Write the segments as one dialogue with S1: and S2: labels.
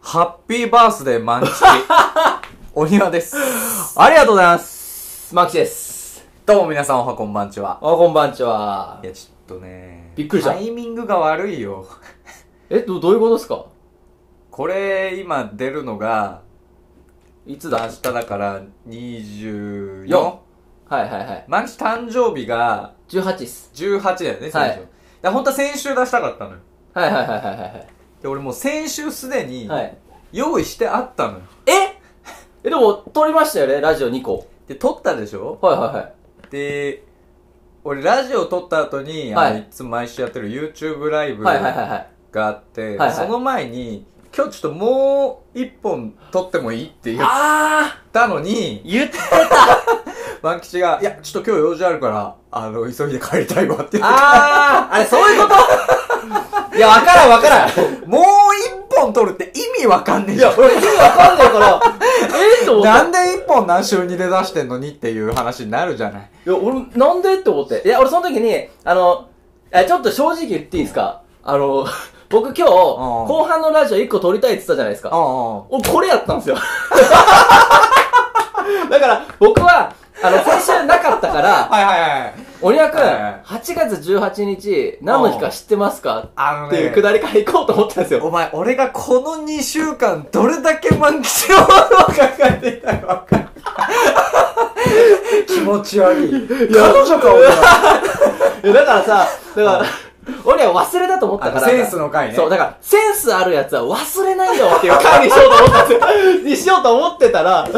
S1: ハッピーバースデー満 喫。お庭です。
S2: ありがとうございます。マキです。
S1: どうも皆さんおはこんばんちは。。
S2: あ、こんばんちはい
S1: や、ちょっとね。
S2: びっくりした
S1: タイミングが悪いよ。
S2: え、ど、どういうことですか
S1: これ、今出るのが、
S2: いつ
S1: 明
S2: だ
S1: 日だから24。
S2: 四はいはいはい。
S1: 満喫誕生日が
S2: 18っす。
S1: 18だよね、
S2: はい
S1: 最初。だから本当は先週出したかったのよ。
S2: はいはいはいはいはい
S1: で、俺もう先週すでに、
S2: はい。はい。
S1: 用意してあったのよ。
S2: え え、でも、撮りましたよね、ラジオ2個。
S1: で、撮ったでしょ
S2: はいはいはい。
S1: で、俺ラジオ撮った後に、あの
S2: はい
S1: いつも毎週やってる YouTube ライブ
S2: はいはいはいは
S1: が
S2: い。
S1: あって、
S2: はいはい
S1: その前に、今日ちょっともう一本撮ってもいいって言っ
S2: あ
S1: たのに、
S2: 言ってた
S1: 万吉が、いや、ちょっと今日用事あるから、あの、急いで帰りたいわって言って、
S2: あーあれ、そういうことい や、わからんわからん。
S1: もう一本撮るって意味わかんねえ
S2: い
S1: じゃ
S2: や、
S1: ん。
S2: 俺意味わかんないから、えーと思って。
S1: なんで一本何週にで出してんのにっていう話になるじゃない。
S2: いや、俺、なんでって思って。いや、俺その時に、あの、えちょっと正直言っていいですかあの、僕今日、後半のラジオ1個撮りたいって言ったじゃないです
S1: う
S2: か。
S1: んうん。
S2: お、これやったんですよ。 だから、僕は、あの、先週なかっ たから、
S1: はいはいはい。
S2: 鬼くん、
S1: はいはい
S2: 8月18日、何の日か知ってますか
S1: あの
S2: っ
S1: ね
S2: ていうくだりから行こうと思ったんですよ。
S1: お前、俺がこの2週間、どれだけ満喫を抱えていたか分か る。 気持ち悪い。彼女か、俺は。
S2: いやだからさ、だから、俺は忘れだと思ったから。
S1: あセンスの回ね
S2: そう、だから、センスあるやつは忘れないよ っていう回にしようと思ったんですよ。にしようと思ってたら、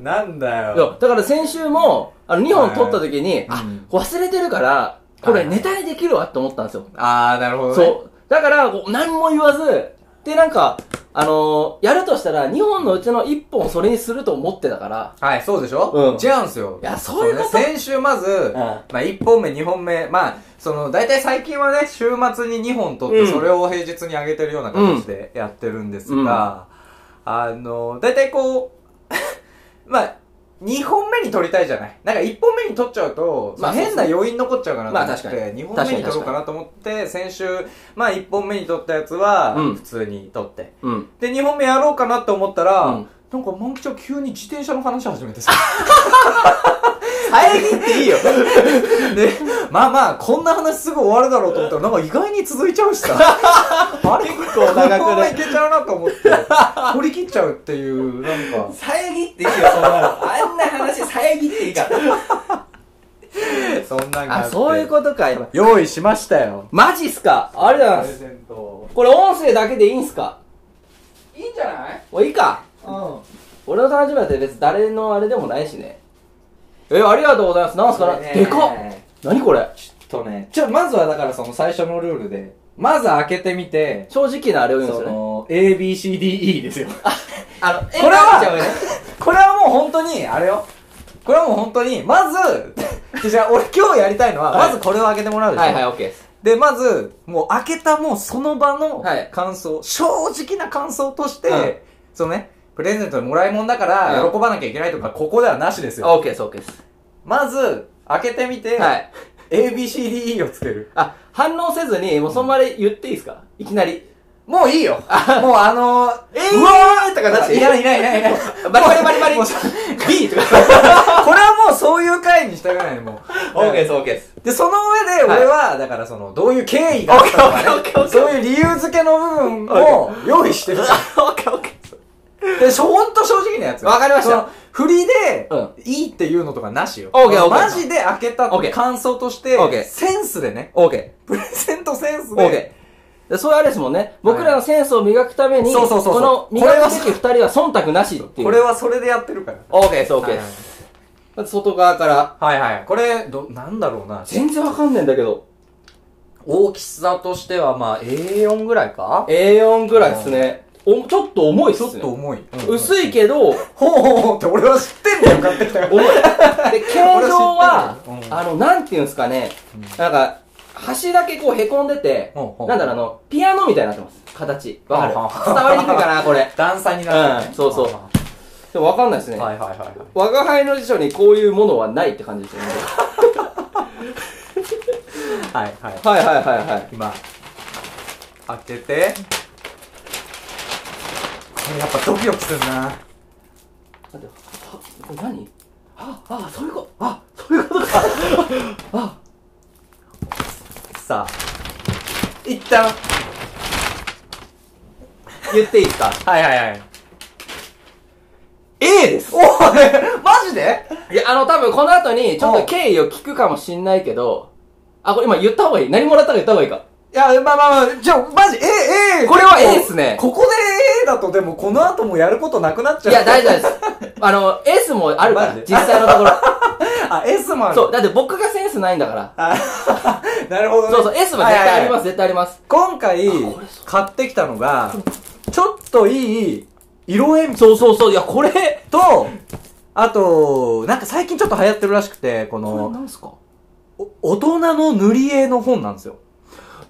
S1: なんだ
S2: いや
S1: よ。
S2: だから先週も、あの、2本撮った時に、
S1: はい
S2: あ、忘れてるから、こ
S1: は
S2: れ
S1: い
S2: ネタにできるわって思ったんですよ。
S1: あー、なるほど、ね。
S2: そう。だから、こう何も言わず、で、なんか、あのーやるとしたら、2本のうちの1本それにすると思ってたから、
S1: はい、そうでしょ
S2: うん
S1: 違うんすよ。
S2: いやそういうこと
S1: ね先週まず、
S2: ん
S1: まあ1本目、2本目、まあ、その、大体最近はね、週末に2本撮っ
S2: う
S1: て、
S2: ん
S1: それを平日に上げてるような形でやってるんですが、あの、大体こう、 まあ、2本目に撮りたいじゃないなんか1本目に撮っちゃうと、ま
S2: ま
S1: あ
S2: あ
S1: 変な余韻残っちゃうかなと思っ
S2: まあ確か
S1: て、
S2: に
S1: 2本目に撮ろうかなと思って、先週、まあ1本目に撮ったやつは、
S2: うん
S1: 普通に撮って。
S2: うん。
S1: で、2本目やろうかなって思ったら、
S2: うん
S1: なんか、モンキチョ急に自転車の話始めてさ。
S2: 遮っていいよ。
S1: で、まあまあ、こんな話すぐ終わるだろうと思ったら、なんか意外に続いちゃうし さ。あれ結
S2: 構長くね
S1: このままいけちゃうなと思って、 取り切っちゃうっていう、なんか。
S2: 遮っていいよ、そんなの。あんな話、遮っていいから。
S1: そんなんが
S2: あ、そういうことか。
S1: と。用意しましたよ。
S2: マジっすかありがとうございます。
S1: ゼント。
S2: これ音声だけでいいんすか
S1: いいんじゃない
S2: もういいか。
S1: うん。
S2: 俺の誕生日だって別に誰のあれでもないしねえありがとうございますなんすかなでかっ何これ
S1: とね、ちょ、まずはだからその最初のルールで、まず開けてみて、
S2: 正直なあれを言うんで
S1: そ
S2: すよね
S1: の、ABCDE ですよ。
S2: あの
S1: これは、これはもう本当に、あれよ。これはもう本当に、まず、 じゃあ俺今日やりたいのは、
S2: は
S1: ま
S2: い
S1: ずこれを開けてもらうでしょ。
S2: はいはいオッケーです
S1: で、まず、もう開けたもうその場の
S2: はい
S1: 感想、正直な感想として、
S2: うん
S1: そのね、プレゼントにもらいもんだから、
S2: うん
S1: 喜ばなきゃいけないとか、ここではなしです
S2: あ
S1: よ。
S2: オッケーですオッケーです
S1: まず、開けてみて、
S2: はい
S1: ABCDE をつける。
S2: あ反応せずにもうそのまま言っていいですかいきなり
S1: もういいよ。もうあのー、え
S2: ー
S1: うわーとかなし
S2: い
S1: いないいないいないいない。
S2: バリバリバリバリ
S1: もうもう
S2: B とか
S1: これはもうそういう回にしたくない、もう。
S2: オッケーですオッケーです
S1: で、その上で、
S2: はい
S1: 俺は、だからその、どういう経緯があった
S2: オ
S1: の
S2: ッケーオッケーオッケー
S1: か、
S2: オ
S1: ね、そうい
S2: ッケー
S1: う理由付けの部分を用意 してる。
S2: オッケーオッケー
S1: で、しょほんと正直なやつ。
S2: わかりました
S1: その。振りで
S2: うん、
S1: いいっていうのとかなしよ。
S2: オッケーオッケー
S1: マジで開けた
S2: オッケー
S1: 感想として
S2: オッケ、ー
S1: センスでね、
S2: オッケ
S1: プレゼントセンス
S2: ーオッケ
S1: で、
S2: ーでそういうあれですもんね僕らのセンスを磨くために
S1: そうそうそうそう
S2: この
S1: これは
S2: 磨くべき2人は忖度なしっていう
S1: これはそれでやってるから。
S2: オッケーですオッケーですまず外側から
S1: はいはい。これ、ど、なんだろうな。
S2: 全然わかんないんだけど
S1: 大きさとしては、まあ、A4 ぐらいか
S2: A4 ぐらいですね。おちょっと重いっ
S1: ち
S2: す
S1: ょっ
S2: ね。
S1: と重い。い。
S2: 薄いけ ど、重い。
S1: ほうほうほうって俺は知ってんだよ、買ってきたから。
S2: で、形状は
S1: これ知ってる、よ
S2: あの、なんていうんですかね、なんか、端だけこう凹んでて
S1: ほうほ、う
S2: なんだろう、あの、ピアノみたいになってます。形。わかる
S1: ほうほう
S2: 伝わりにくいかな、これ。
S1: 段差になってるね
S2: うんそうそうでもわかんないですね。
S1: はいはいはいはい。
S2: 我が輩の辞書にこういうものはないって感じですよね。
S1: はいはい。
S2: はいはいはいはい。
S1: 今、開けて、れやっぱドキドキするな
S2: 待って、はこれ何あ、あ、そういうこと、あ、そういうことか。あ、
S1: さあ一旦
S2: 言っていいですか
S1: はいはいはい
S2: ?A です
S1: おおマジで
S2: いや、あの、多分この後に、ちょっと経緯を聞くかもしんないけど、あ、これ今言った方がいい。何もらったか言った方がいいか。
S1: いやまあまあまあじゃあマジ A A
S2: これは A っすね
S1: ここで A だとでもこの後もやることなくなっちゃ
S2: いう
S1: い
S2: や、大丈夫です。あの、S もあるか
S1: マ
S2: ら、
S1: ジで
S2: 実際のとこ ろ。
S1: あ S もある
S2: そう、だって僕がセンスないんだから。
S1: あ なるほど、ね、
S2: そうそう、S は絶対あります、
S1: す
S2: 絶対あります。
S1: 今回
S2: あこれそう
S1: 買ってきたのがちょっといい色鉛筆
S2: そうそうそう、いや、これ、
S1: と、あと、なんか最近ちょっと流行ってるらしくて、こ
S2: これ
S1: の、
S2: なんすか
S1: お大人の塗り絵の本なんですよ。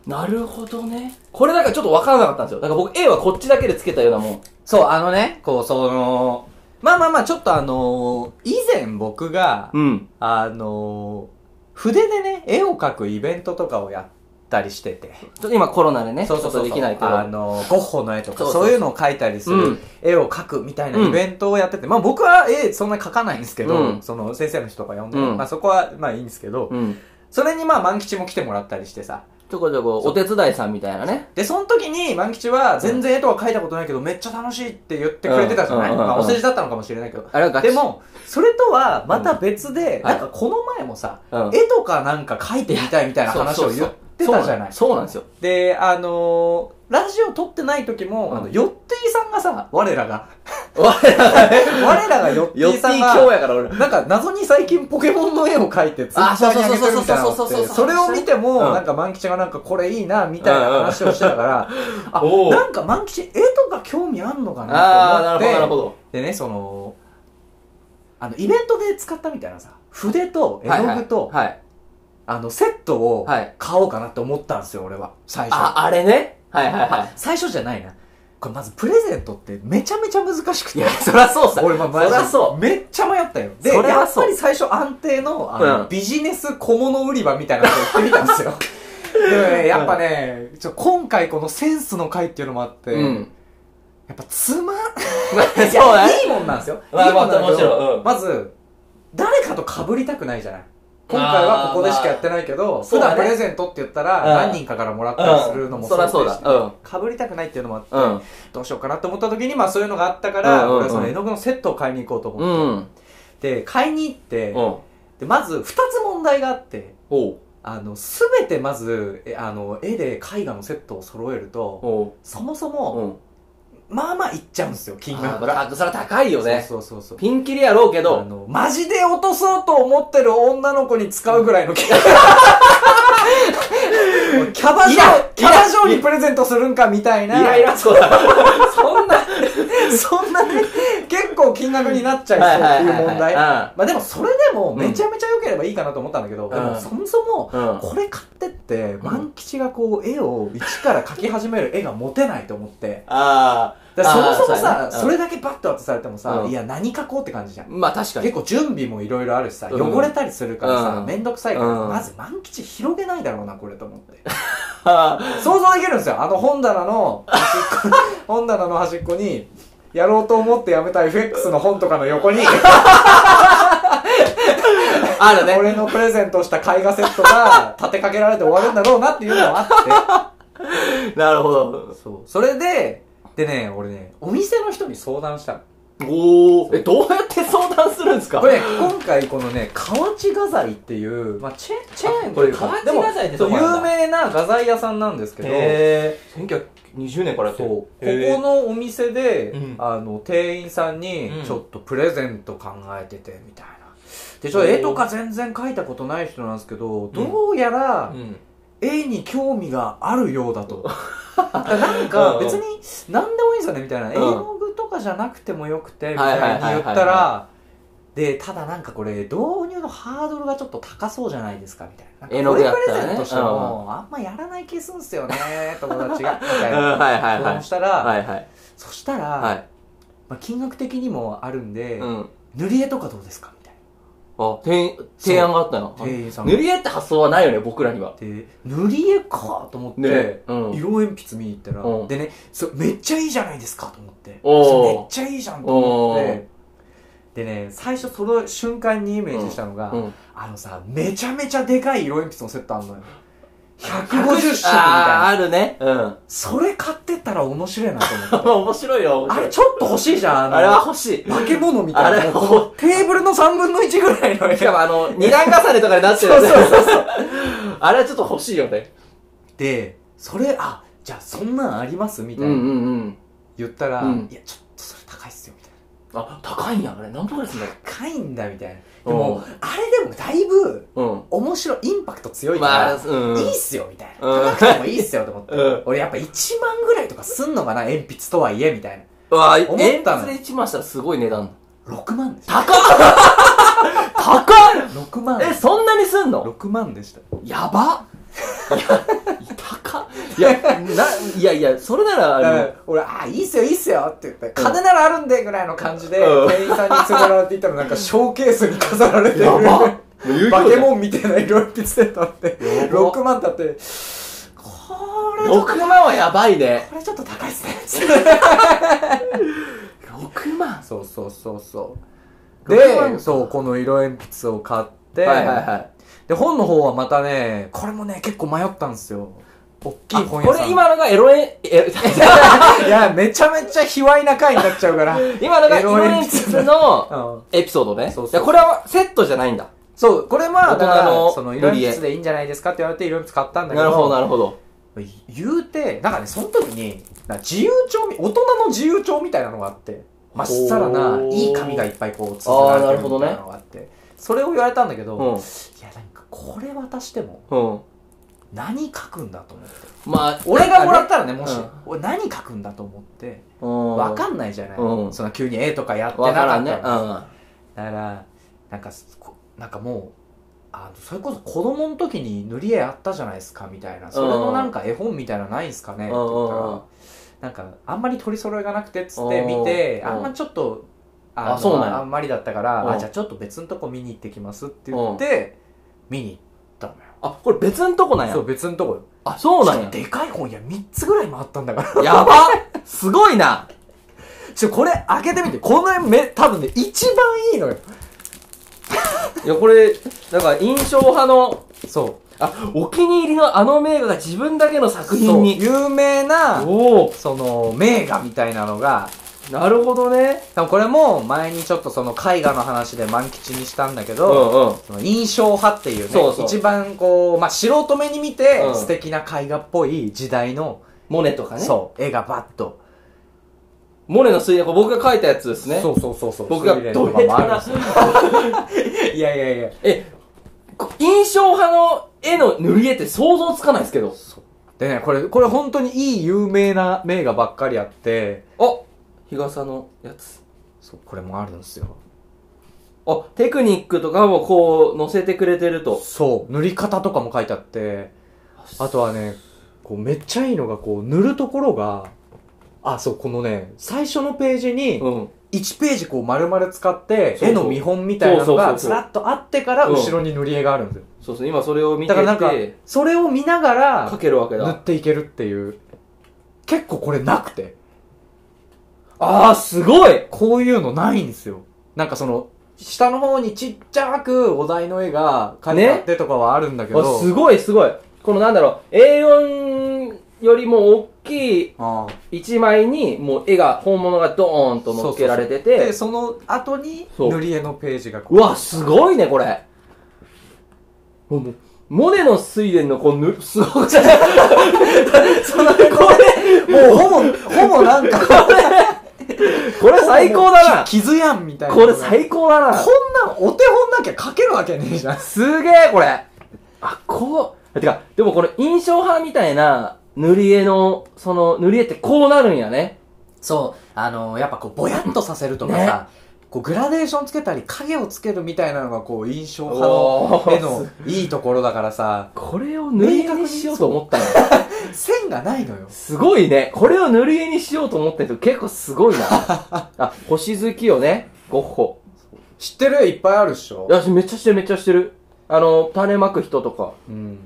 S2: なるほどね。これだからちょっと分からなかったんですよ。だから僕 A はこっちだけでつけたようなもん。
S1: そう、あのね、こう、その、まあまあまあ、ちょっとあのー以前僕が、
S2: うん。
S1: あのー筆でね、絵を描くイベントとかをやったりしてて。
S2: ちょっと今コロナでね、ちょっとできないけど。
S1: あのーゴッホの絵とか、
S2: そうそうそう
S1: そういうのを描いたりす
S2: う
S1: る
S2: ん、
S1: 絵を描くみたいな
S2: うん
S1: イベントをやってて、まあ僕は絵そんなに描かないんですけど、
S2: うん
S1: その先生の人とか呼んで、
S2: うん
S1: まあそこはまあいいんですけど、
S2: うん。
S1: それにまあ万吉も来てもらったりしてさ、
S2: ちょこちょこお手伝いさんみたいなね。
S1: で、その時に、万吉は、全然絵とは描いたことないけど、めっちゃ楽しいって言ってくれてたじゃない、
S2: うんうんうん
S1: まあ、お世辞だったのかもしれないけど。
S2: あれはガチ
S1: で、も、それとは、また別で、
S2: ん
S1: なんかこの前もさ、
S2: うん
S1: 絵とかなんか描いてみたいみたいな話を言ってたじゃない
S2: そうなんですよ。
S1: で、あのー、ラジオ撮ってない時も、
S2: うん
S1: あの、ヨッティさんがさ、我らが、
S2: 我らがね、
S1: 我らがヨッテ
S2: よっ
S1: ィ
S2: て
S1: さん
S2: い今日
S1: が、
S2: やから俺。
S1: なんか謎に最近ポケモンの絵を描いてツイッターに上げてるみたいなの
S2: あそうそうそ
S1: って
S2: うそうそうそうそ
S1: そ
S2: う
S1: れを見ても、
S2: うん
S1: なんか万吉がなんかこれいいなみたいな話をしてたから、あ
S2: おう
S1: なんか万吉絵とか興味あんのか
S2: あー、な
S1: な
S2: る
S1: と思って
S2: ほど、なるほど。
S1: でねそのあのイベントで使ったみたいなさ筆と絵の具と、
S2: はいはい。
S1: あのセットを
S2: はい
S1: 買おうかなって思ったんですよ俺は最初
S2: あ、あれね。はいはいは
S1: あ最初じゃないなこれまずプレゼントってめちゃめちゃ難しく
S2: い。い
S1: て
S2: や、そらそうさ。
S1: 俺まあ
S2: そらそう。
S1: めっちゃ迷ったよで
S2: それ
S1: や
S2: は
S1: っ
S2: そう
S1: ぱり最初安定のあの、
S2: うん
S1: ビジネス小物売り場みたいなの行ってみたん ですよでもねやっぱね、ちょ今回このセンスの回っていうのもあって、
S2: うん。
S1: やっぱつま ん
S2: まあ
S1: いや
S2: そうだね。
S1: いいもんなんですよ。
S2: まあ
S1: いいもんなんだけど
S2: まあもちろんうん
S1: まず、誰かと被りたくないじゃない。今回はここでしかやってないけど、
S2: あー
S1: 普
S2: そ
S1: 段
S2: うだ
S1: プ
S2: ね
S1: レゼントって言ったら、
S2: うん
S1: 何人かからもらったりするのも
S2: そらそう
S1: だ
S2: だ。う
S1: 被りたくないっていうのもあって、
S2: ん。うん。
S1: どうしようかなと思った時に、まあそういうのがあったから、
S2: うんうんうん
S1: 俺はその絵の具のセットを買いに行こうと思っ
S2: うん。
S1: て、買いに行って、
S2: うん。
S1: でまず2つ問題があって、
S2: おう。
S1: あの、すべてまず、えあの、絵で絵画のセットを揃えると、
S2: おう。
S1: そもそうも、
S2: ん。
S1: まあまあいっちゃうんですよ、金額が。
S2: あそれは高いよね。
S1: そうそうそうそう。
S2: ピンキリやろうけ
S1: あ
S2: ど、
S1: の、マジで落とそうと思ってる女の子に使うぐらいの 金額。キャバ
S2: い
S1: 嬢
S2: らん、
S1: キャバ嬢にプレゼントするんかみたい
S2: イ
S1: な。
S2: ライラそうだ。そんな、はい
S1: そんなね、結構金額になっちゃいそうっていう問題。
S2: は
S1: まあでもそれでもめちゃめちゃ良ければいいかなと思ったんだけど、
S2: ん
S1: でもそもそも、
S2: い。うん。うん
S1: これ買ってって、万吉がこう絵を一から描き始める絵がモテないと思って。
S2: あ
S1: だからそもそもさ
S2: あー、そ
S1: そうれだけバッと渡されてもさ
S2: う、ん
S1: いや何描こうって感じじゃん
S2: あ、。まあ確かに。
S1: 結構準備もいろいろあるしさ、
S2: うん
S1: 汚れたりするからさ、
S2: うん
S1: めんどくさいから、
S2: うん
S1: まず満吉広げないだろうな、これと思って。
S2: あ
S1: 想像できるんですよ。あの本棚の端っこ、本棚の端っこに、やろうと思ってやめた FX の本とかの横に、
S2: ーあるね。
S1: 俺のプレゼントした絵画セットが立てかけられて終わるんだろうなっていうのもあっ
S2: なるほど
S1: て。。そう。それで、でね、俺ね、お店の人に相談したの。
S2: おー。え、どうやって相談するんですか
S1: こ れね、今回このね、河内画材っていう、まあ、チェーン、チェーンというか
S2: 河内
S1: でも
S2: 画材って
S1: そう
S2: とこな
S1: 有
S2: んだ
S1: 名な画材屋さんなんですけど、
S2: へー。1920年からやって
S1: そう
S2: る。
S1: ここ
S2: へー
S1: のお店で、
S2: うん
S1: あの店員さんに
S2: うん
S1: ちょっとプレゼント考えててみたいなでちょっと絵とか全然描いたことない人なんですけどどうやら
S2: うん。
S1: 絵に興味があるようだとなんか
S2: うん
S1: 別に何でもいいですよねみたいな、
S2: ん
S1: 絵の具とかじゃなくてもよくてみたいに
S2: はいはい
S1: 言
S2: はい
S1: っ
S2: はい
S1: たらでただなんかこれ導入のハードルがちょっと高そうじゃないですかみたいななんか
S2: 絵の具やったらね
S1: これプレゼントしてもあんまやらない気すんすよね友達がみ
S2: う
S1: た
S2: ん
S1: いな
S2: はいはい
S1: 相
S2: は
S1: 談
S2: い
S1: し。たら、
S2: はいはい。
S1: そしたら、
S2: はい。
S1: まあ、金額的にもあるんで、
S2: うん。
S1: 塗り絵とかどうですかみたい
S2: あ、提提案があったな。
S1: そう提案さん
S2: 塗り絵って発想はないよね、僕らには。
S1: で塗り絵かと思って、
S2: ねうん
S1: 色鉛筆見に行ったら、
S2: うん
S1: でねそめっちゃいいじゃないですかと思って
S2: おー
S1: それめっちゃいいじゃんと思ってでね最初その瞬間にイメージしたのが、
S2: うん。
S1: あのさめちゃめちゃでかい色鉛筆のセットあんのよ150色みたい
S2: ああ、
S1: な
S2: あるね。うん。
S1: それ買ってったら面白いなと思って
S2: まあ 面白いよ、面
S1: あ
S2: 白い
S1: れちょっと欲しいじゃんあの
S2: あれは欲し い。
S1: 化け物みたい
S2: あ
S1: な
S2: れ
S1: もうこのテーブルの3分の1ぐらいの絵
S2: しかもあの、二段重ねとかになってるよね。
S1: そうそう
S2: そう。あれはちょっと欲しいよね。
S1: でそれあじゃあそんなんありますみたいな、
S2: んうん。
S1: 言ったら、
S2: うん
S1: いやちょっとそれ高いっすよみたいな
S2: あ、高いんや、あれ。何とかですね。
S1: 高いんだみたいな
S2: うん
S1: でもあれでもだいぶ
S2: うん。
S1: 面白いインパクト強いか
S2: まあ、
S1: ら、
S2: うん。
S1: いいっすよみたいな
S2: うん
S1: 高くてもいいっすよと思って、
S2: うん
S1: 俺やっぱ1万ぐらいとかすんのかな鉛筆とはいえみたいな
S2: うわ、
S1: 思ったの
S2: 鉛筆で1万したらすごい値段。
S1: 6万でした
S2: 高っ高っ
S1: 6万
S2: え、そんなにすんの
S1: 6万でした
S2: やばいや、高っいや、な、いやいや、それなら、あ
S1: だ
S2: の
S1: から俺「あいいっすよいいっすよ」って言って「金ならあるんで」ぐらいの感じで
S2: うん
S1: 店員さんに連れられていったらなんかショーケースに飾られてる
S2: やばもう 遊
S1: バケ
S2: 戯王
S1: モンみたいな色鉛筆でたって
S2: やば
S1: 6万だってこれ
S2: じ
S1: ち
S2: ゃ
S1: ょっ
S2: ん
S1: と
S2: 6万はやばいね。
S1: これちょっと高いっすね
S2: 6万
S1: そうそうそうそう
S2: 6万
S1: でそうこの色鉛筆を買って、
S2: はいはいはい。
S1: で本の方はまたねこれもね結構迷ったんですよ大きい
S2: こ
S1: 本屋さん
S2: れ今のがエロエ、え、
S1: いやめちゃめちゃ卑猥な回になっちゃう から、う
S2: 今のが
S1: エ
S2: エ
S1: ロ
S2: ロ
S1: 鉛
S2: 鉛
S1: 筆
S2: 筆の
S1: ん、
S2: エピソードね。
S1: そうそう
S2: いやこれはセットじゃないんだ。
S1: そう、これまあ、
S2: 大
S1: だ
S2: 人
S1: から
S2: の
S1: その
S2: 塗り絵
S1: 色鉛筆でいいんじゃないですかって言われて色鉛筆買ったんだけど、
S2: なるほど、なるほど。
S1: 言うて、なんかね、その時に、なんか自由帳み、大人の自由帳みたいなのがあって、まっさらな
S2: ほ、う
S1: いい紙がいっぱいこう、つづられてるみたいなのがあって、それを言われたんだけど、
S2: うん。
S1: いや、なんか、これ渡しても、
S2: うん。
S1: 何書くんだと思って。
S2: まあ、
S1: 俺がもらったらね、もし
S2: うん、
S1: 俺何書くんだと思って、
S2: うん、
S1: わかんないじゃない。
S2: うん
S1: その急に絵とかやってな
S2: わか
S1: からった
S2: んね。うん。
S1: らだからなんかすこなんかもうあのそれこそ子供の時に塗り絵あったじゃないですかみたいなそれのなんか絵本みたいなのないんすかねって言った
S2: うんうんうん
S1: らなんかあんまり取り揃えがなくてっつって見て
S2: うん
S1: あんまちょっとあ
S2: あそうなんや
S1: あんまりだったから
S2: うん
S1: あじゃあちょっと別のとこ見に行ってきますって言って見に行ったのよ
S2: あ、これ別のとこなんや
S1: そう。別のとこよ
S2: あ、そうなん
S1: し
S2: や
S1: かも。でかい本や3つぐらいもあったんだから
S2: やばすごいな
S1: ちょこれ開けてみてこの絵め多分ね一番いいのよ
S2: いや、これ、なんか印象派の、
S1: そ
S2: あ、お気に入りのあの名画が自分だけの
S1: う
S2: 作
S1: そ
S2: 品
S1: う
S2: に。
S1: 有名な
S2: おお
S1: その名画みたいなのが
S2: なるほどね。
S1: 多分これも前にちょっとその絵画の話で満吉にしたんだけ
S2: う
S1: ど、
S2: ん。
S1: その印象派っていうね
S2: そうそう
S1: 一番こう、まあ、素人目に見て
S2: うん
S1: 素敵な絵画っぽい時代の、
S2: モネとかね。
S1: そう絵がバッと、
S2: モネの水薬、僕が書いたやつですね。
S1: そうそうそうそう
S2: 僕が
S1: そういう例とかもあるんですよいやいやいや
S2: え、こ印象派の絵の塗り絵って想像つかないですけど。
S1: でねこれこれ本当にいい有名な名画ばっかりあって
S2: あ日傘のやつ。
S1: そうこれもあるんですよ
S2: あ、テクニックとかもこう、載せてくれてると。
S1: そう塗り方とかも書いてあってあとはねこうめっちゃいいのがこう塗るところがあそうこのね最初のページに
S2: うん。
S1: 1ページこう丸々使って
S2: そう
S1: 絵
S2: そう
S1: の見本みたいなの
S2: そうそう
S1: が
S2: そうそ
S1: ず
S2: う
S1: らっとあってから
S2: うん
S1: 後ろに塗り絵があるんですよ
S2: そうそう、今それを見て
S1: だ
S2: て、
S1: からなんかそれを見なが
S2: 書
S1: ら
S2: けるわけ
S1: 塗
S2: だ
S1: っ。ていけるっていう結構これなくて
S2: あー、すごい
S1: こういうのないんですよなんかその下の方にちっちゃくお題の絵が書いてあってとかはあるんだけ
S2: あ
S1: ど、
S2: すごいすごい。このなんだろう、A4 よりも大きい
S1: ああ
S2: 一枚に、もう絵が、本物がドーンと乗っけられてて、
S1: でその後に
S2: そう
S1: 塗り絵のページがこ
S2: うわ、すごいね、これ。もうもうモネの水蓮のこうぬ、すごくじゃない そのこれ、
S1: もうほぼ、ほぼなんか、
S2: これ 最高 だな
S1: き傷やんみたいな。
S2: これ最高だな
S1: こんなん、お手本なきゃ書けるわけねえじゃん。
S2: すげえ、これあ、こう。てか、でもこの印象派みたいな塗り絵の、その、塗り絵ってこうなるんやね。
S1: そう、あのやっぱこう、ぼやっとさせるとか
S2: ね
S1: さ、こう、グラデーションつけたり、影をつけるみたいなのが、こう、印象派
S2: お
S1: の
S2: ー
S1: 絵のいいところだからさ、
S2: これを塗り絵にしようと思ったのよ。
S1: 線がないのよ。
S2: すごいね。これを塗り絵にしようと思った人結構すごいな。あ、星月よね。ゴッホ。
S1: 知ってるいっぱいあるっしょ
S2: いや、めっちゃしてる、めっちゃしてる。あの、種まく人とか、
S1: うん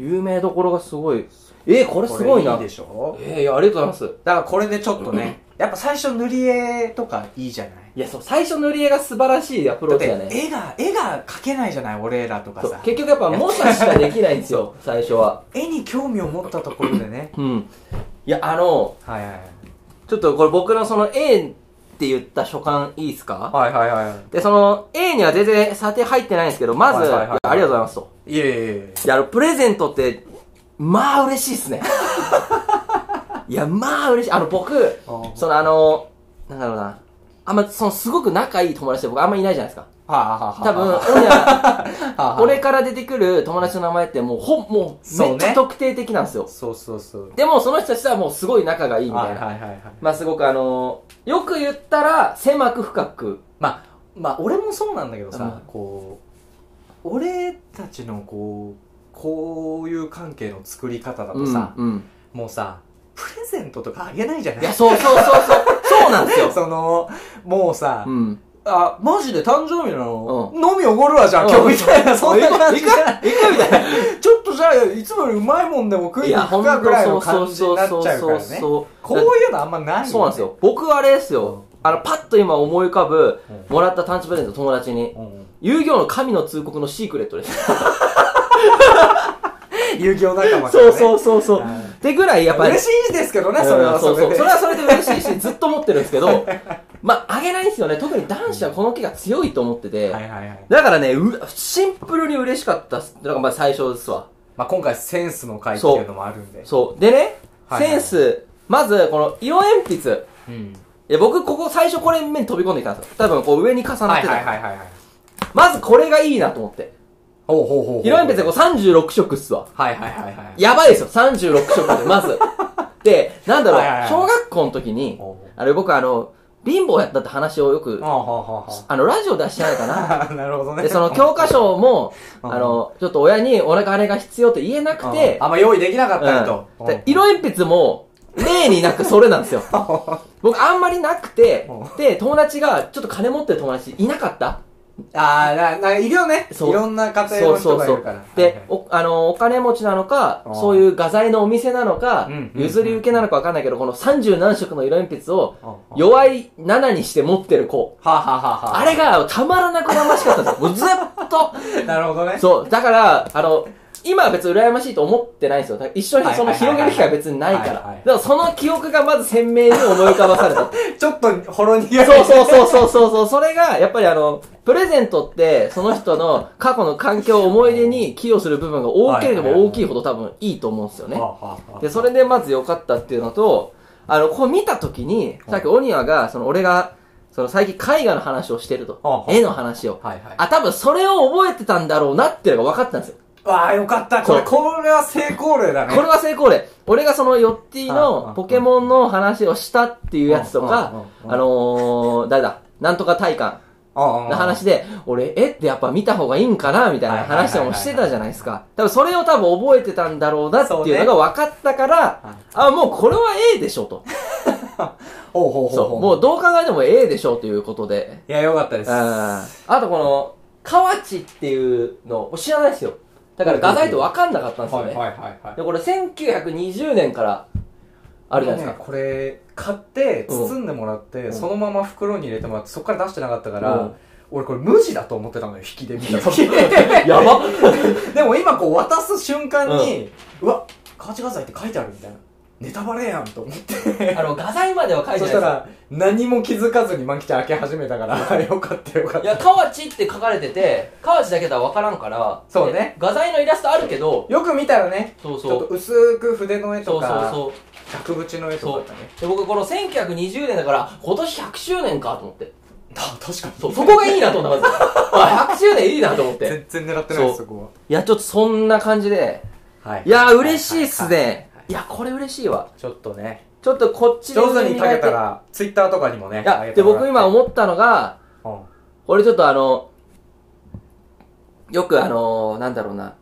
S2: 有名どころがすごい。えー、これすごいな。
S1: これいいでしょ
S2: えー、いや、ありがとうございます。
S1: だからこれでちょっとねやっぱ最初塗り絵とかいいじゃない
S2: いや、そう、最初塗り絵が素晴らしいアプ
S1: だ
S2: ロー
S1: っ
S2: チ
S1: て
S2: だね。
S1: 絵が絵が描けないじゃない俺らとか
S2: そう
S1: さ
S2: 結局やっぱ模写しかできないんですよ、最初は。
S1: 絵に興味を持ったところで ね
S2: うん。いや、あの、
S1: はいはい
S2: ちょっとこれ僕のその A って言った書簡いいですか
S1: はいはいはいは
S2: で、その A には全然査定入ってないんですけど、まず、
S1: はいはいはい
S2: いやありがとうございますと。
S1: いいえいえいえ
S2: いや、あの、プレゼントって、まあ嬉しいっ すね。いや、まあ嬉しい。あの、僕、
S1: ー
S2: そのあの、なんだろうな。あんま、その、すごく仲いい友達って僕あんまいないじゃないですか。
S1: はあはあはあ
S2: 多分、
S1: は
S2: 俺ら、
S1: あはあ
S2: 俺から出てくる友達の名前ってもう、ほん、もう、
S1: そうね
S2: めっちゃ特定的なんですよ。
S1: そうそうそう
S2: でも、その人たちとはもうすごい仲がいいみた
S1: は
S2: いな。
S1: いはいはいはい
S2: まあ、すごくあのよく言ったら、狭く深く。
S1: まあまあ俺もそうなんだけどさ、
S2: うん
S1: こう俺たちのこうこういう関係の作り方だとさ、
S2: うんうん。
S1: もうさプレゼントとかあげないじゃない
S2: いや、そうそうそう そう。そうなんですよ。
S1: そのもうさ、
S2: うん。
S1: あマジで誕生日なの、
S2: う
S1: 飲みおごるわじゃん、
S2: うん
S1: 今日みたいな、そんな感じ
S2: 行く行くみたい な。
S1: ちょっとじゃあいつもよりうまいもんでも食いに行くかぐらいの感じになっちゃうからねこういうのあんまないよね
S2: そうなんですよ。僕あれですよ。あの、パッと今思い浮かぶ、もらった誕生日プレゼント友達に
S1: う、ん
S2: 遊戯王の神の通告のシークレット です。
S1: 遊戯王仲間から
S2: そ
S1: ね
S2: うそうそうそう。
S1: はい
S2: ってぐらい、やっぱり。
S1: 嬉しいですけどね、それ
S2: う
S1: は
S2: んそう
S1: れ
S2: そう。
S1: で
S2: それはそれで嬉 しいし、ずっと思ってるんですけど、まあ、あげないんですよね。特に男子はこの気が強いと思ってて。
S1: はいはいはい。
S2: だからね、うシンプルに嬉しかったっす。だからまあ最初ですわ。
S1: まあ今回センスの回っていうのもあるんで。
S2: そう。でね、
S1: はいはい
S2: センス、まず、この色鉛筆。
S1: うん。
S2: いや、僕、ここ最初これ目に飛び込んできたんですよ。多分、こう上に重な
S1: は
S2: っ
S1: い
S2: て
S1: はい
S2: た。
S1: はいはいはい。
S2: まずこれがいいなと思って。
S1: ほうほうほうほう。
S2: 色鉛筆でこう36色っすわ。
S1: はいはいはいはい。
S2: やばいですよ、36色で、まず。 で、なんだろう、
S1: はいはいはい
S2: 小学校の時に
S1: おう、
S2: あれ僕あの、貧乏やったって話をよく、
S1: ああ、はあはあ
S2: あの、ラジオ出してないか な。
S1: はあ。なるほどね。
S2: で、その教科書も、
S1: うん
S2: あの、ちょっと親にお腹あれが必要って言えなくて
S1: うん、あんま用意できなかったりと。
S2: うんで色鉛筆も、例になくそれなんです よ。僕あんまりなくて
S1: う、
S2: で、友達が、ちょっと金持ってる友達いなかった
S1: ああ、な、な、いるよね。い
S2: そう
S1: ろんな家庭
S2: そ
S1: の
S2: うそ
S1: 人
S2: う
S1: がい
S2: そ
S1: る
S2: う
S1: から。。
S2: で、お、あの、お金持ちなのか
S1: うん、
S2: そういう画材のお店なのか
S1: うんうん、うん
S2: 譲り受けなのかわかんないけど、この30何色の色鉛筆を
S1: うんうん、
S2: 弱い7にして持ってる子。
S1: はあはあはあはあ。
S2: あれが、たまらなく羨ましかったんですよ。もうずっ と。
S1: なるほどね。
S2: そう、だから、あの、今は別に羨ましいと思ってないんですよ。だから一緒にその広げる機会は別にないか
S1: はい
S2: ら。
S1: はいはいはい
S2: だからその記憶がまず鮮明に思い浮かばされた。
S1: ちょっと、ほろ苦い。
S2: そうそうそうそうそうそう。それが、やっぱりあの、プレゼントって、その人の過去の環境、思い出に寄与する部分が大きければ大きいほど多分いいと思うんですよね
S1: は。あはあはあ
S2: で、それでまず良かったっていうのと、あの、こう見たときに、さっきオニアが、その俺が、その最近絵画の話をしてると。
S1: うん
S2: 絵の話を。
S1: はいはい。
S2: あ、多分それを覚えてたんだろうなっていうのが分かったんですよ。
S1: わあ、よかった。これ、これは成功例だね。
S2: これは成功例。俺がそのヨッティ
S1: ああ
S2: のポケモンの話をしたっていうやつとか、
S1: あああ
S2: あのー、誰だ、なんとか体感
S1: の
S2: の話で、俺、絵ってやっぱ見た方がいいんかなみたいな話とかもしてたじゃないですか。多分それを多分覚えてたんだろうなっていうのが分かったから、
S1: はい
S2: あ、もうこれは A でしょと。
S1: ほうほうほう
S2: そ
S1: ほ
S2: う。
S1: う。
S2: もうどう考えても A でしょということで。
S1: いや、よかったです。
S2: ああとこの、河内っていうの、知らないですよ。だから画材と分かんなかったんですよね。
S1: いはいは
S2: で、これ1920年からあるじゃないです
S1: ね
S2: か。
S1: これ買って包んでもらって、
S2: ん
S1: そのまま袋に入れてもらってそこから出してなかったから、
S2: うん
S1: 俺これ無地だと思ってたのよ引きで見た時
S2: やば
S1: でも今こう渡す瞬間に、うわカーチ画材って書いてあるみたいなネタバレやんと思って
S2: あの、画材までは書いて
S1: そ
S2: ない
S1: したら何も気づかずにマンキちゃん開け始めたから よかったよかっ
S2: い
S1: た
S2: や、河内って書かれてて、河内だけでは分からんから、
S1: そうね
S2: で画材のイラストあるけど、
S1: よく見たらね
S2: そう
S1: ちょっと
S2: そう。
S1: 薄く筆の絵
S2: そ
S1: と
S2: うそう
S1: か
S2: そう。
S1: 額縁の絵とか
S2: そ
S1: だっ
S2: う
S1: たね。
S2: で、僕この1920年だから、今年100周年かと思って。
S1: あ確かに
S2: そう、そこがいいなと思って、 まず。あ100周年いいなと思って。
S1: 全然狙ってないです
S2: そ
S1: そこ
S2: いや、ちょっとそんな感じで。
S1: は、はい
S2: や、嬉しいっす
S1: はは
S2: ね。いや、これ嬉しいわ。
S1: いちょっとね
S2: ちょっとこっちで
S1: 上手に炊けたら、ツイッターとかにもね。
S2: いや、で、僕今
S1: うん、
S2: 思ったのが、俺ちょっとあの、よくあの、なんだろうな、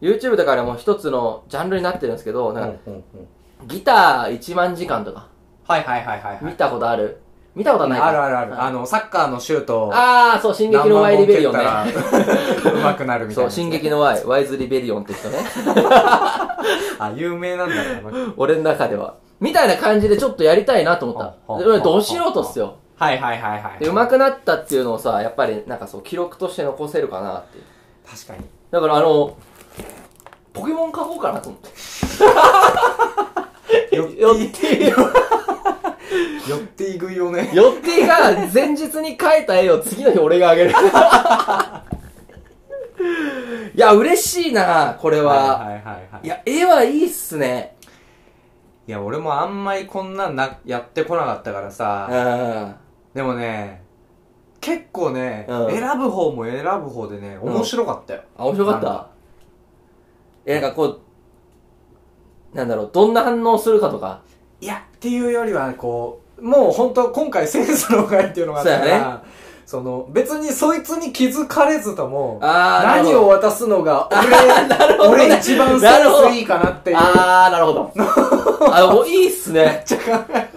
S2: YouTube とかでも一つのジャンルになってるんですけど、なんか
S1: うんうんうん
S2: ギター1万時間とか、
S1: はいはいはいはいは
S2: 見
S1: い。
S2: たことある見たことないか
S1: あるあるある。
S2: はい
S1: あの、サッカーのシュート、
S2: あー、そう、進撃のワイリベリオンね。
S1: 何万本蹴 ったらうまくなるみたい
S2: そ
S1: な。
S2: う、進撃のワイ、ワイズリベリオンって人ね。
S1: あ、有名なんだね。は
S2: 俺の中では。みたいな感じでちょっとやりたいなと思
S1: あ
S2: っ
S1: あ
S2: た。で俺、
S1: あ
S2: ど素人っすよ。
S1: いはいはいはい。
S2: で、上手くなったっていうのをさ、やっぱりなんかそう、記録として残せるかなっていう。
S1: 確かに。
S2: だからあの、ポケモン書こうかな と思って。
S1: よ
S2: よって
S1: 寄っていくよね。
S2: よってが前日に描いた絵を次の日俺があ げる。いや、嬉しいな、これ は。
S1: はいはいはいはい
S2: い。や、絵はいいっすね。
S1: いや、俺もあんまりこんなんな、やってこなかったから
S2: う
S1: さ。
S2: ん。
S1: でもね、結構ね、
S2: うん
S1: 選ぶ方も選ぶ方でね、
S2: うん
S1: 面白かったよ。
S2: あ、面白かっ
S1: なん
S2: た。え、なんかこう、なんだろう、どんな反応するかとか。
S1: いや、っていうよりは、こう、もう本当今回センスの回っていうのがあったか
S2: そうや
S1: ら、その、別にそいつに気づかれずとも、
S2: あーなるほ
S1: 何
S2: ど
S1: を渡すのが
S2: るほど
S1: 俺、
S2: ね
S1: 俺一番センスいいかなっていう。
S2: あー、なる ほど。あ、おいいっすね。
S1: ちゃ考え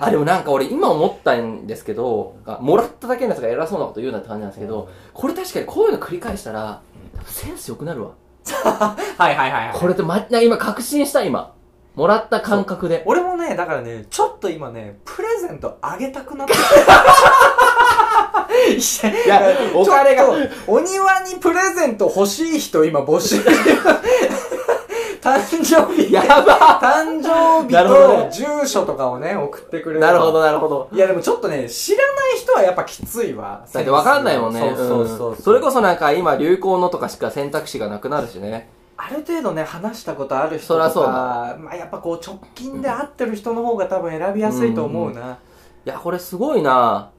S2: あ、でもなんか俺今思ったんですけど、あもらっただけのやつが偉そうなこと言うなって感じなんですけど、これ確かにこういうの繰り返したら、センス良くなるわ。
S1: はいはいはいはい。
S2: これってま、な今確信した今。もらった感覚で。
S1: 俺もね、だからね、ちょっと今ね、プレゼントあげたくなってきた。い
S2: やお金が
S1: ちょっとお庭にプレゼント欲しい人今募集。 誕生日、
S2: やば
S1: 誕生日
S2: なるほどね
S1: と住所とかをね、送ってくれる。
S2: なるほど、。なるほど。
S1: いやでもちょっとね、知らない人はやっぱきついわ。
S2: だってわかんないもんね。
S1: そうそうそう
S2: うんそれこそなんか今流行のとかしか選択肢がなくなるしね。
S1: ある程度ね、話したことある人
S2: そ
S1: と
S2: りゃ
S1: か、
S2: そうだ
S1: まあやっぱこう直近で会ってる人の方が多分選びやすいと思うな。
S2: いや、これすごいな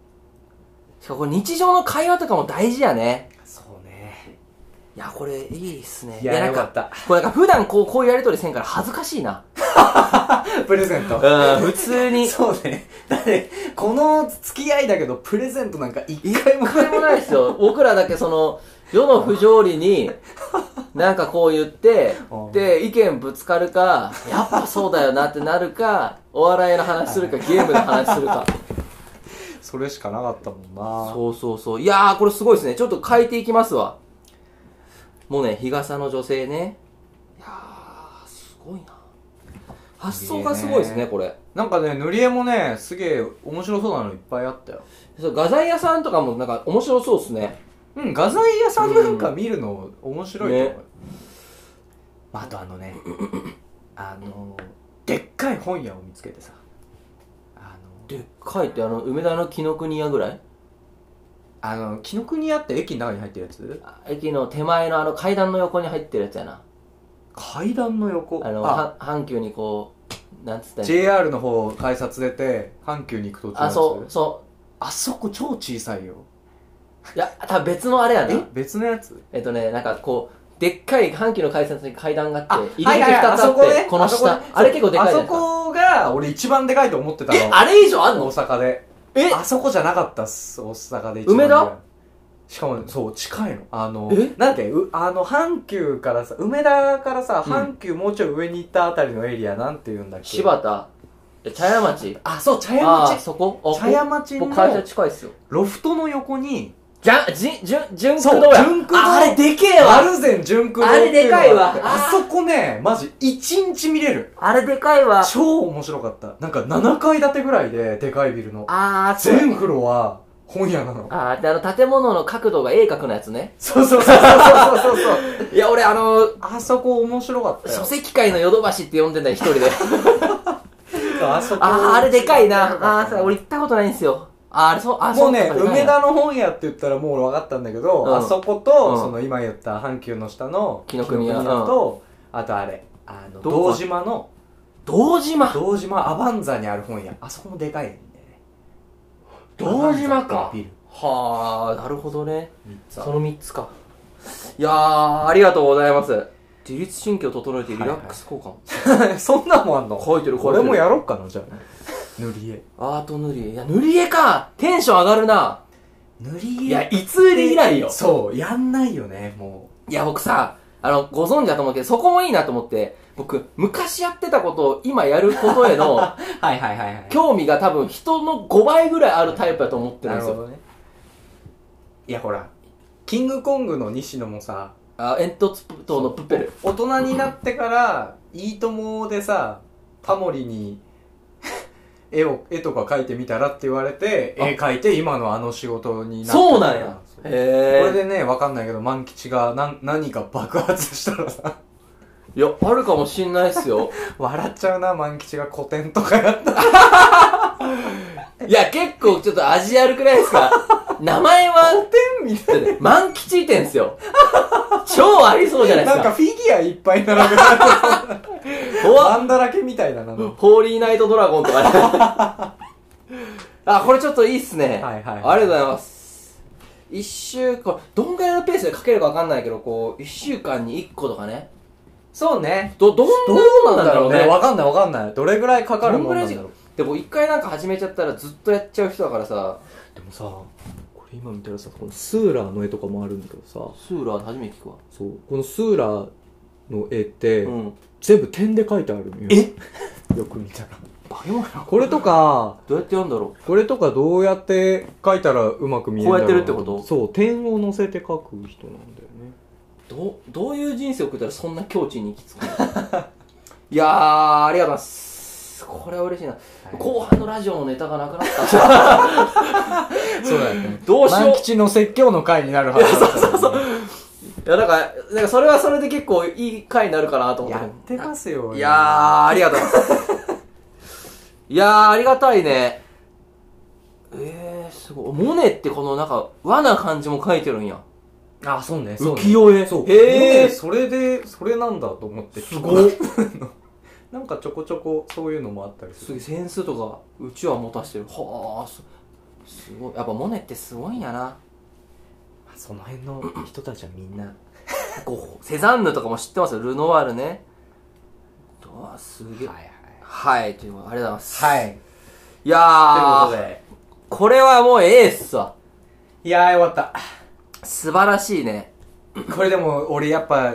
S2: しかもこれ日常の会話とかも大事やね。
S1: そうね。
S2: いや、これいいっすね。
S1: いや
S2: なん
S1: よかった。
S2: これなんか普段こう、こういうやりとりせんから恥ずかしいな。
S1: プレゼント。
S2: うん、普通 に。
S1: そうね。だって、この付き合いだけど、プレゼントなんか一回も
S2: 一回もないですよ。僕らだけその、世の不条理に、なんかこう言って
S1: うん、
S2: で、意見ぶつかるか、やっぱそうだよなってなるか、お笑いの話するか、ゲームの話するか。
S1: それしかなかったもんな。
S2: そうそうそう。いやー、これすごいですね。ちょっと変えていきますわ。もうね、日傘の女性ね。いやー、すごいな。発想がすごいです
S1: いい
S2: ね、
S1: ね
S2: これ。
S1: なんかね、塗り絵もね、すげえ面白そうなのいっぱいあったよ。
S2: そう画材屋さんとかもなんか面白そうですね。
S1: うん、画材屋さんなんか見るの面白いと思うよ。
S2: ね
S1: まあ、あとあのね、あの、でっかい本屋を見つけてさ、あの、
S2: でっかいってあの、梅田の紀ノ国屋ぐらい
S1: あの、紀ノ国屋って駅の中に入ってるやつ
S2: あ駅の手前のあの階段の横に入ってるやつやな。
S1: 階段の横。
S2: あの、は阪急にこう、なんつったらいい
S1: JR の方改札出て阪急に行く途中の
S2: あ、
S1: やつ
S2: そう、そ
S1: あそこ超小さいよ
S2: う。いや、多分別のあれや
S1: え
S2: な。
S1: 別のやつ
S2: えっとね、なんかこう、でっかい阪急の改札に階段があって、
S1: はい
S2: 入り
S1: はい
S2: 口
S1: はい
S2: 2
S1: あ
S2: つあ
S1: そ
S2: っ
S1: こ
S2: て
S1: ね、
S2: この下
S1: そ。こ
S2: あれ結構でかい
S1: あ
S2: じゃ
S1: そ
S2: ないですか。
S1: こが俺一番でかいと思ってたの
S2: え、あれ以上あん
S1: 大
S2: の
S1: 阪で
S2: え
S1: あそこじゃなかったっす大阪で一番
S2: 梅田
S1: でかいしかもそう近いのあの
S2: え
S1: なんてうあの阪急からさ梅田からさ
S2: うん
S1: 阪急もうちょい上に行ったあたりのエリアなんて言うんだっけ
S2: 柴田、え茶屋町。
S1: あそう茶屋
S2: あー
S1: 町
S2: そこあ
S1: 茶屋町
S2: 僕会社
S1: の
S2: 近いっすよ。
S1: ロフトの横に
S2: じゃん、じん、じゅん、じゅんく
S1: そう
S2: 堂や。
S1: 純駆堂
S2: ああれでけえ
S1: ア
S2: わ。
S1: ルゼン純空堂
S2: あれでかいわ
S1: ってうのがあってあそこね、マジ一日見れる。
S2: あれでかいわ。
S1: 超面白かった。なんか7階建てぐらいで、でかいビルの。
S2: あー、
S1: 全フロは本屋なの。
S2: あーであの建物の角度が鋭角のやつね。
S1: そうそうそうそうそうそう。
S2: いや、俺あの、
S1: あそこ面白かったよ
S2: 書。籍界のヨドバシって呼んでんだよ、一人 で。
S1: あそこ
S2: あー、あれでかいな。あー、そう俺行ったことないんですよ。あー、あれそう、あ、
S1: も
S2: そう
S1: ね、
S2: か
S1: 梅。田の本屋って言ったらもう俺分かったんだけど、
S2: うん
S1: あそこと、
S2: うん
S1: その今言った阪急の下の
S2: 紀伊国屋
S1: と、あとあれ、あの、
S2: どこ
S1: 堂島の、
S2: 堂島。
S1: 堂島アバンザにある本屋。あそこもでかいんだよね。
S2: 堂島か
S1: ビル。
S2: はー、なるほどね。そ
S1: そ
S2: の3つか。いやー、ありがとうございます。自律神経を整えてリラックス効果。
S1: そんなもんあんの
S2: 書いてる
S1: これもやろっかな、じゃあ。塗り絵。
S2: アート塗り絵。いや、塗り絵かテンション上がるな。
S1: 塗り絵
S2: いや、いつ売り以来よ。
S1: そう、やんないよね、も
S2: いや、僕さ、あの、ご存知だと思うけど、そこもいいなと思って、僕、昔やってたことを今やることへの
S1: はいはいはいはい。
S2: 興味が多分人の5倍ぐらいあるタイプだと思ってるんですよ。
S1: どね。いやほら、キングコングの西野もさ、
S2: あ煙突島のプペル。
S1: 大人になってから、いいともでさ、タモリに 絵を、絵とか描いてみたらって言われて、
S2: あ
S1: 絵描いて今のあの仕事になった
S2: そうなんや。
S1: そうこれ
S2: へえ。
S1: でね、わかんないけど、万吉が何何か爆発したらさ、
S2: いや、あるかもしんないっすよ。
S1: 笑っちゃうな、万吉が古典とかやったら。
S2: いや、結構ちょっと味あるくらいで すか。名前は、
S1: 典みたい
S2: 満吉店っすよ。超ありそうじゃないで
S1: な。なん
S2: すか。
S1: かフィギュアいっぱい並べられてる。
S2: ほわ
S1: ワンだらけみたいななの。
S2: ホーリーナイトドラゴンとかね。 あ、これちょっといいっすね。
S1: はいはい
S2: ありがとうございます。一週間、どんぐらいのペースで書けるかわかんないけど、こう、一週間に一個とかね。
S1: そうね。
S2: ど、どんなもんなんだろうね。
S1: わかんないわかんない。どれぐらいかかる
S2: どん
S1: も
S2: ぐ
S1: ん
S2: ら
S1: ないんだ
S2: 時
S1: ろ
S2: 間
S1: う。
S2: でも一回なんか始めちゃったらずっとやっちゃう人だからさ、
S1: でもさ、これ今見たらさ、このスーラーの絵とかもあるんだけどさ、
S2: スーラー初めて聞くわ。
S1: そう、このスーラーの絵って、
S2: うん。
S1: 全部点で描いてあるのよ。え よく見たら。
S2: 化け物やな
S1: これとか、
S2: どうやってやんだろ
S1: これとかどうやって描いたらうまく見えるんだろ
S2: こうやってるってこと
S1: そう、点を乗せて描く人なんだよね。
S2: う。ど、どういう人生を送ったらそんな境地に行き着くの いやー、ありがとうございます。これは嬉しいな。後半のラジオのネタがなくなった。
S1: そうだよね。
S2: どうしよ
S1: 万
S2: う。
S1: 吉の説教の回になるはずだそうそうそう。
S2: いや、なんか、なんかそれはそれで結構いい回になるかなと思って。
S1: やってますよ。
S2: いやー、あり がとう。いやー、ありがたいね。えー、すごい。モネってこのなんか、和な感じも書いてるんや。
S1: あ、そうね、そうね。
S2: 浮世絵。
S1: そう。
S2: へ
S1: へ
S2: ー。
S1: それで、それなんだと思って。
S2: すごい。
S1: なんかちょこちょこそういうのもあったりす
S2: す
S1: る。
S2: げえ、センスとか、うちは持たしてる。はー、すすごい。やっぱモネってすごいんやな。
S1: その辺の人たちはみんな。
S2: こうセザンヌとかも知ってますよ。ルノワールね。うわー、すげえ。はい、
S1: い。
S2: ということで、ありがとうございます。。
S1: はいい。
S2: いやー、
S1: ということで。
S2: これはもうええっすわ。
S1: いやー、よかっ
S2: 素晴らしいね。
S1: た。これでも、俺やっぱ、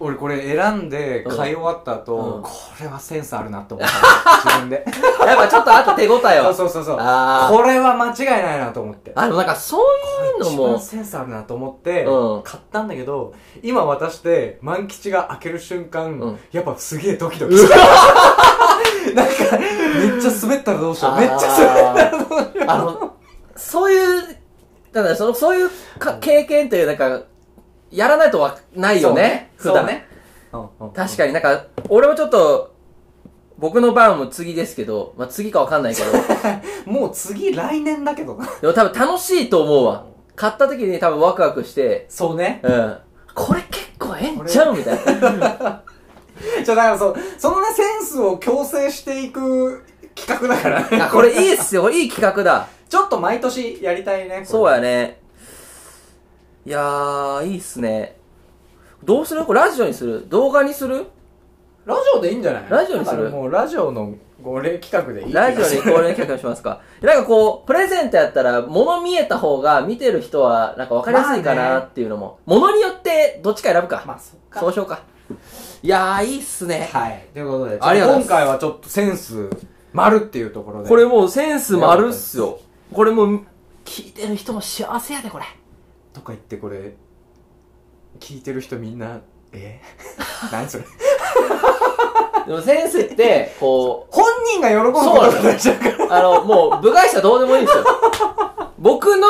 S1: 俺これ選んで
S2: うん
S1: 買い終わった後、
S2: うん
S1: これはセンスあるなと思った。自分 で。
S2: やっぱちょっとあった手応
S1: そ
S2: え
S1: う
S2: は。
S1: そうそうそう。
S2: あー
S1: これは間違いないなと思って。
S2: あ、でもなんかそういうの
S1: 一番
S2: も、
S1: センスあるなと思って
S2: うん
S1: 買ったんだけど、今渡して万吉が開ける瞬間、
S2: うん
S1: やっぱすげえドキドキした なんかめっちゃ滑ったらどうしようめっちゃ滑っ
S2: ゃ それあの、そういう、ただその、そういうか経験という、なんか、やらないとわ、ないよね。
S1: そ
S2: 普
S1: うね
S2: 段
S1: た
S2: 確かになんか、俺もちょっと、僕の番も次ですけど、まあ次かわかんない けど、
S1: にもう次来年だけどな
S2: でも多分楽しいと思うわ。買った時に多分ワクワクして、
S1: そうね
S2: うん。これ結構ええんちゃうみたいな。
S1: じゃだからそうそのねセンスを強制していく企画だからね
S2: あこれいいっすよ。いい企画だ。
S1: ちょっと毎年やりたいね
S2: そうや
S1: ね
S2: ね。いやー、いいっすね。どうするこれラジオにする動画にする
S1: ラジオでいいんじゃない
S2: ラジオにする
S1: だからもうラジオの号令企画でいい気が
S2: ラ
S1: する
S2: ジオに恒例企画しますか。 なんかこう、プレゼントやったら、物見えた方が見てる人は、なんかわかりやすいか
S1: まあ
S2: な
S1: ね
S2: っていうのも。物によって、どっちか選ぶか。
S1: まあそっか
S2: そうしようか。いやー、いいっすね。
S1: はい。ということで、
S2: ありがとうござ
S1: 今
S2: います
S1: 回はちょっとセンス、丸っていうところで。
S2: これもうセンス丸っすよ。これもう、聞いてる人も幸せやで、これ。
S1: とか言ってこれ、聞いてる人みんな、 え何それ
S2: でもセンスって、 こう、
S1: 本人が喜ぶことになっちゃうから。
S2: あの、もう、部外者どうでもいいんですよ。僕の、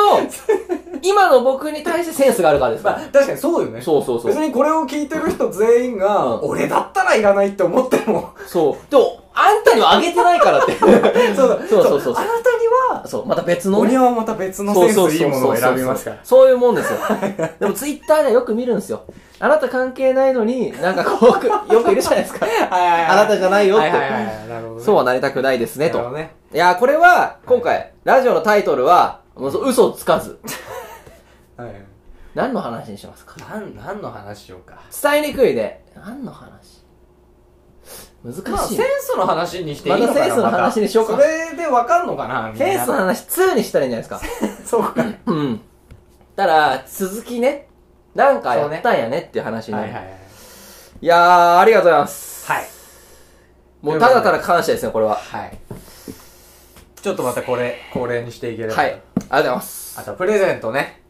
S2: 今の僕に対してセンスがあるからです
S1: ま
S2: か
S1: あ、確かにそうよね。
S2: ら。そうそうそ
S1: 別
S2: う。
S1: にこれを聞いてる人全員が、
S2: うん
S1: 俺だったらいらないって思っても、
S2: そう。でも、あんたにはあげてないからって。
S1: そうだ
S2: そうそうそうそう
S1: あなたには、
S2: そう、また別の
S1: 俺
S2: ね。
S1: はまた別の
S2: そ
S1: セ
S2: う
S1: ン
S2: そう
S1: スいい
S2: そう
S1: ものを選びますから。
S2: そういうもんですよ。でも、ツイッターではよく見るんですよ。あなた関係ないのに、なんかこう、よくいるじゃないですか。
S1: はいはいはい
S2: あなたじゃないよって
S1: はいはいはいなるほどね。
S2: そうはなりたくないですね、
S1: なるほ
S2: と。
S1: どね。
S2: いやー、これは、今回、ラジオのタイトルは、もう嘘をつかず。
S1: はいはい。
S2: 何の話にしますか
S1: なん、何の話しようか。
S2: 伝えにくいね。何の話難しい、ね。
S1: まあ、センスの話にしていいのかな
S2: またセンスの話にしようか
S1: またそれでわかんのかなみんな
S2: センスの話2にしたらいいんじゃないですか。
S1: そうか。はい
S2: うん。たら、続きね、なんかやったんやねっていう話に
S1: は
S2: ないる。
S1: はい。
S2: いやー、ありがとうございます。
S1: はい。
S2: もうただただ感謝ですね、これは。
S1: はい。ちょっとまたこれ、恒例にしていければ。
S2: はい。ありがとうございます。
S1: あとはプレゼントね。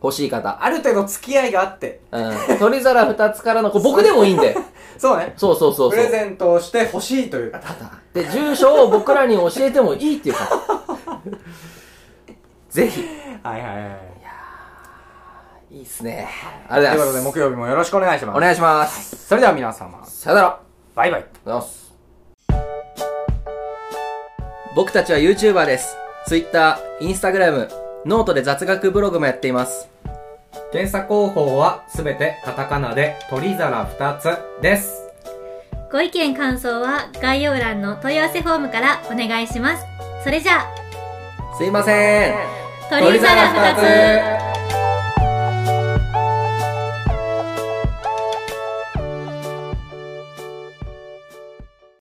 S2: 欲しい方。
S1: ある程度付き合いがあって。
S2: うん。鳥皿二つ からの、こう僕でもいいんで。
S1: そうね。
S2: そうそうそうそう。
S1: プレゼントをして欲しいという方。
S2: で、住所を僕らに教えてもいいっていうか。 ぜひ。
S1: はいはいはい。
S2: いいっすね。あり
S1: と
S2: が
S1: いうこ
S2: とうご
S1: と
S2: ざ
S1: で、
S2: いま
S1: 木
S2: す。
S1: 曜日もよろしくお願いします。
S2: お願いします。
S1: それでは皆様、
S2: さよなら。ありがと
S1: バイバイ。
S2: うございます。僕たちは YouTuber です。Twitter、Instagram、ノートで雑学ブログもやっています。
S1: 検査方法はすべてカタカナで、鳥皿2つです。
S3: ご意見感想は概要欄の問い合わせフォームからお願いします。それじゃあ、
S2: すいません。
S3: 鳥皿二つ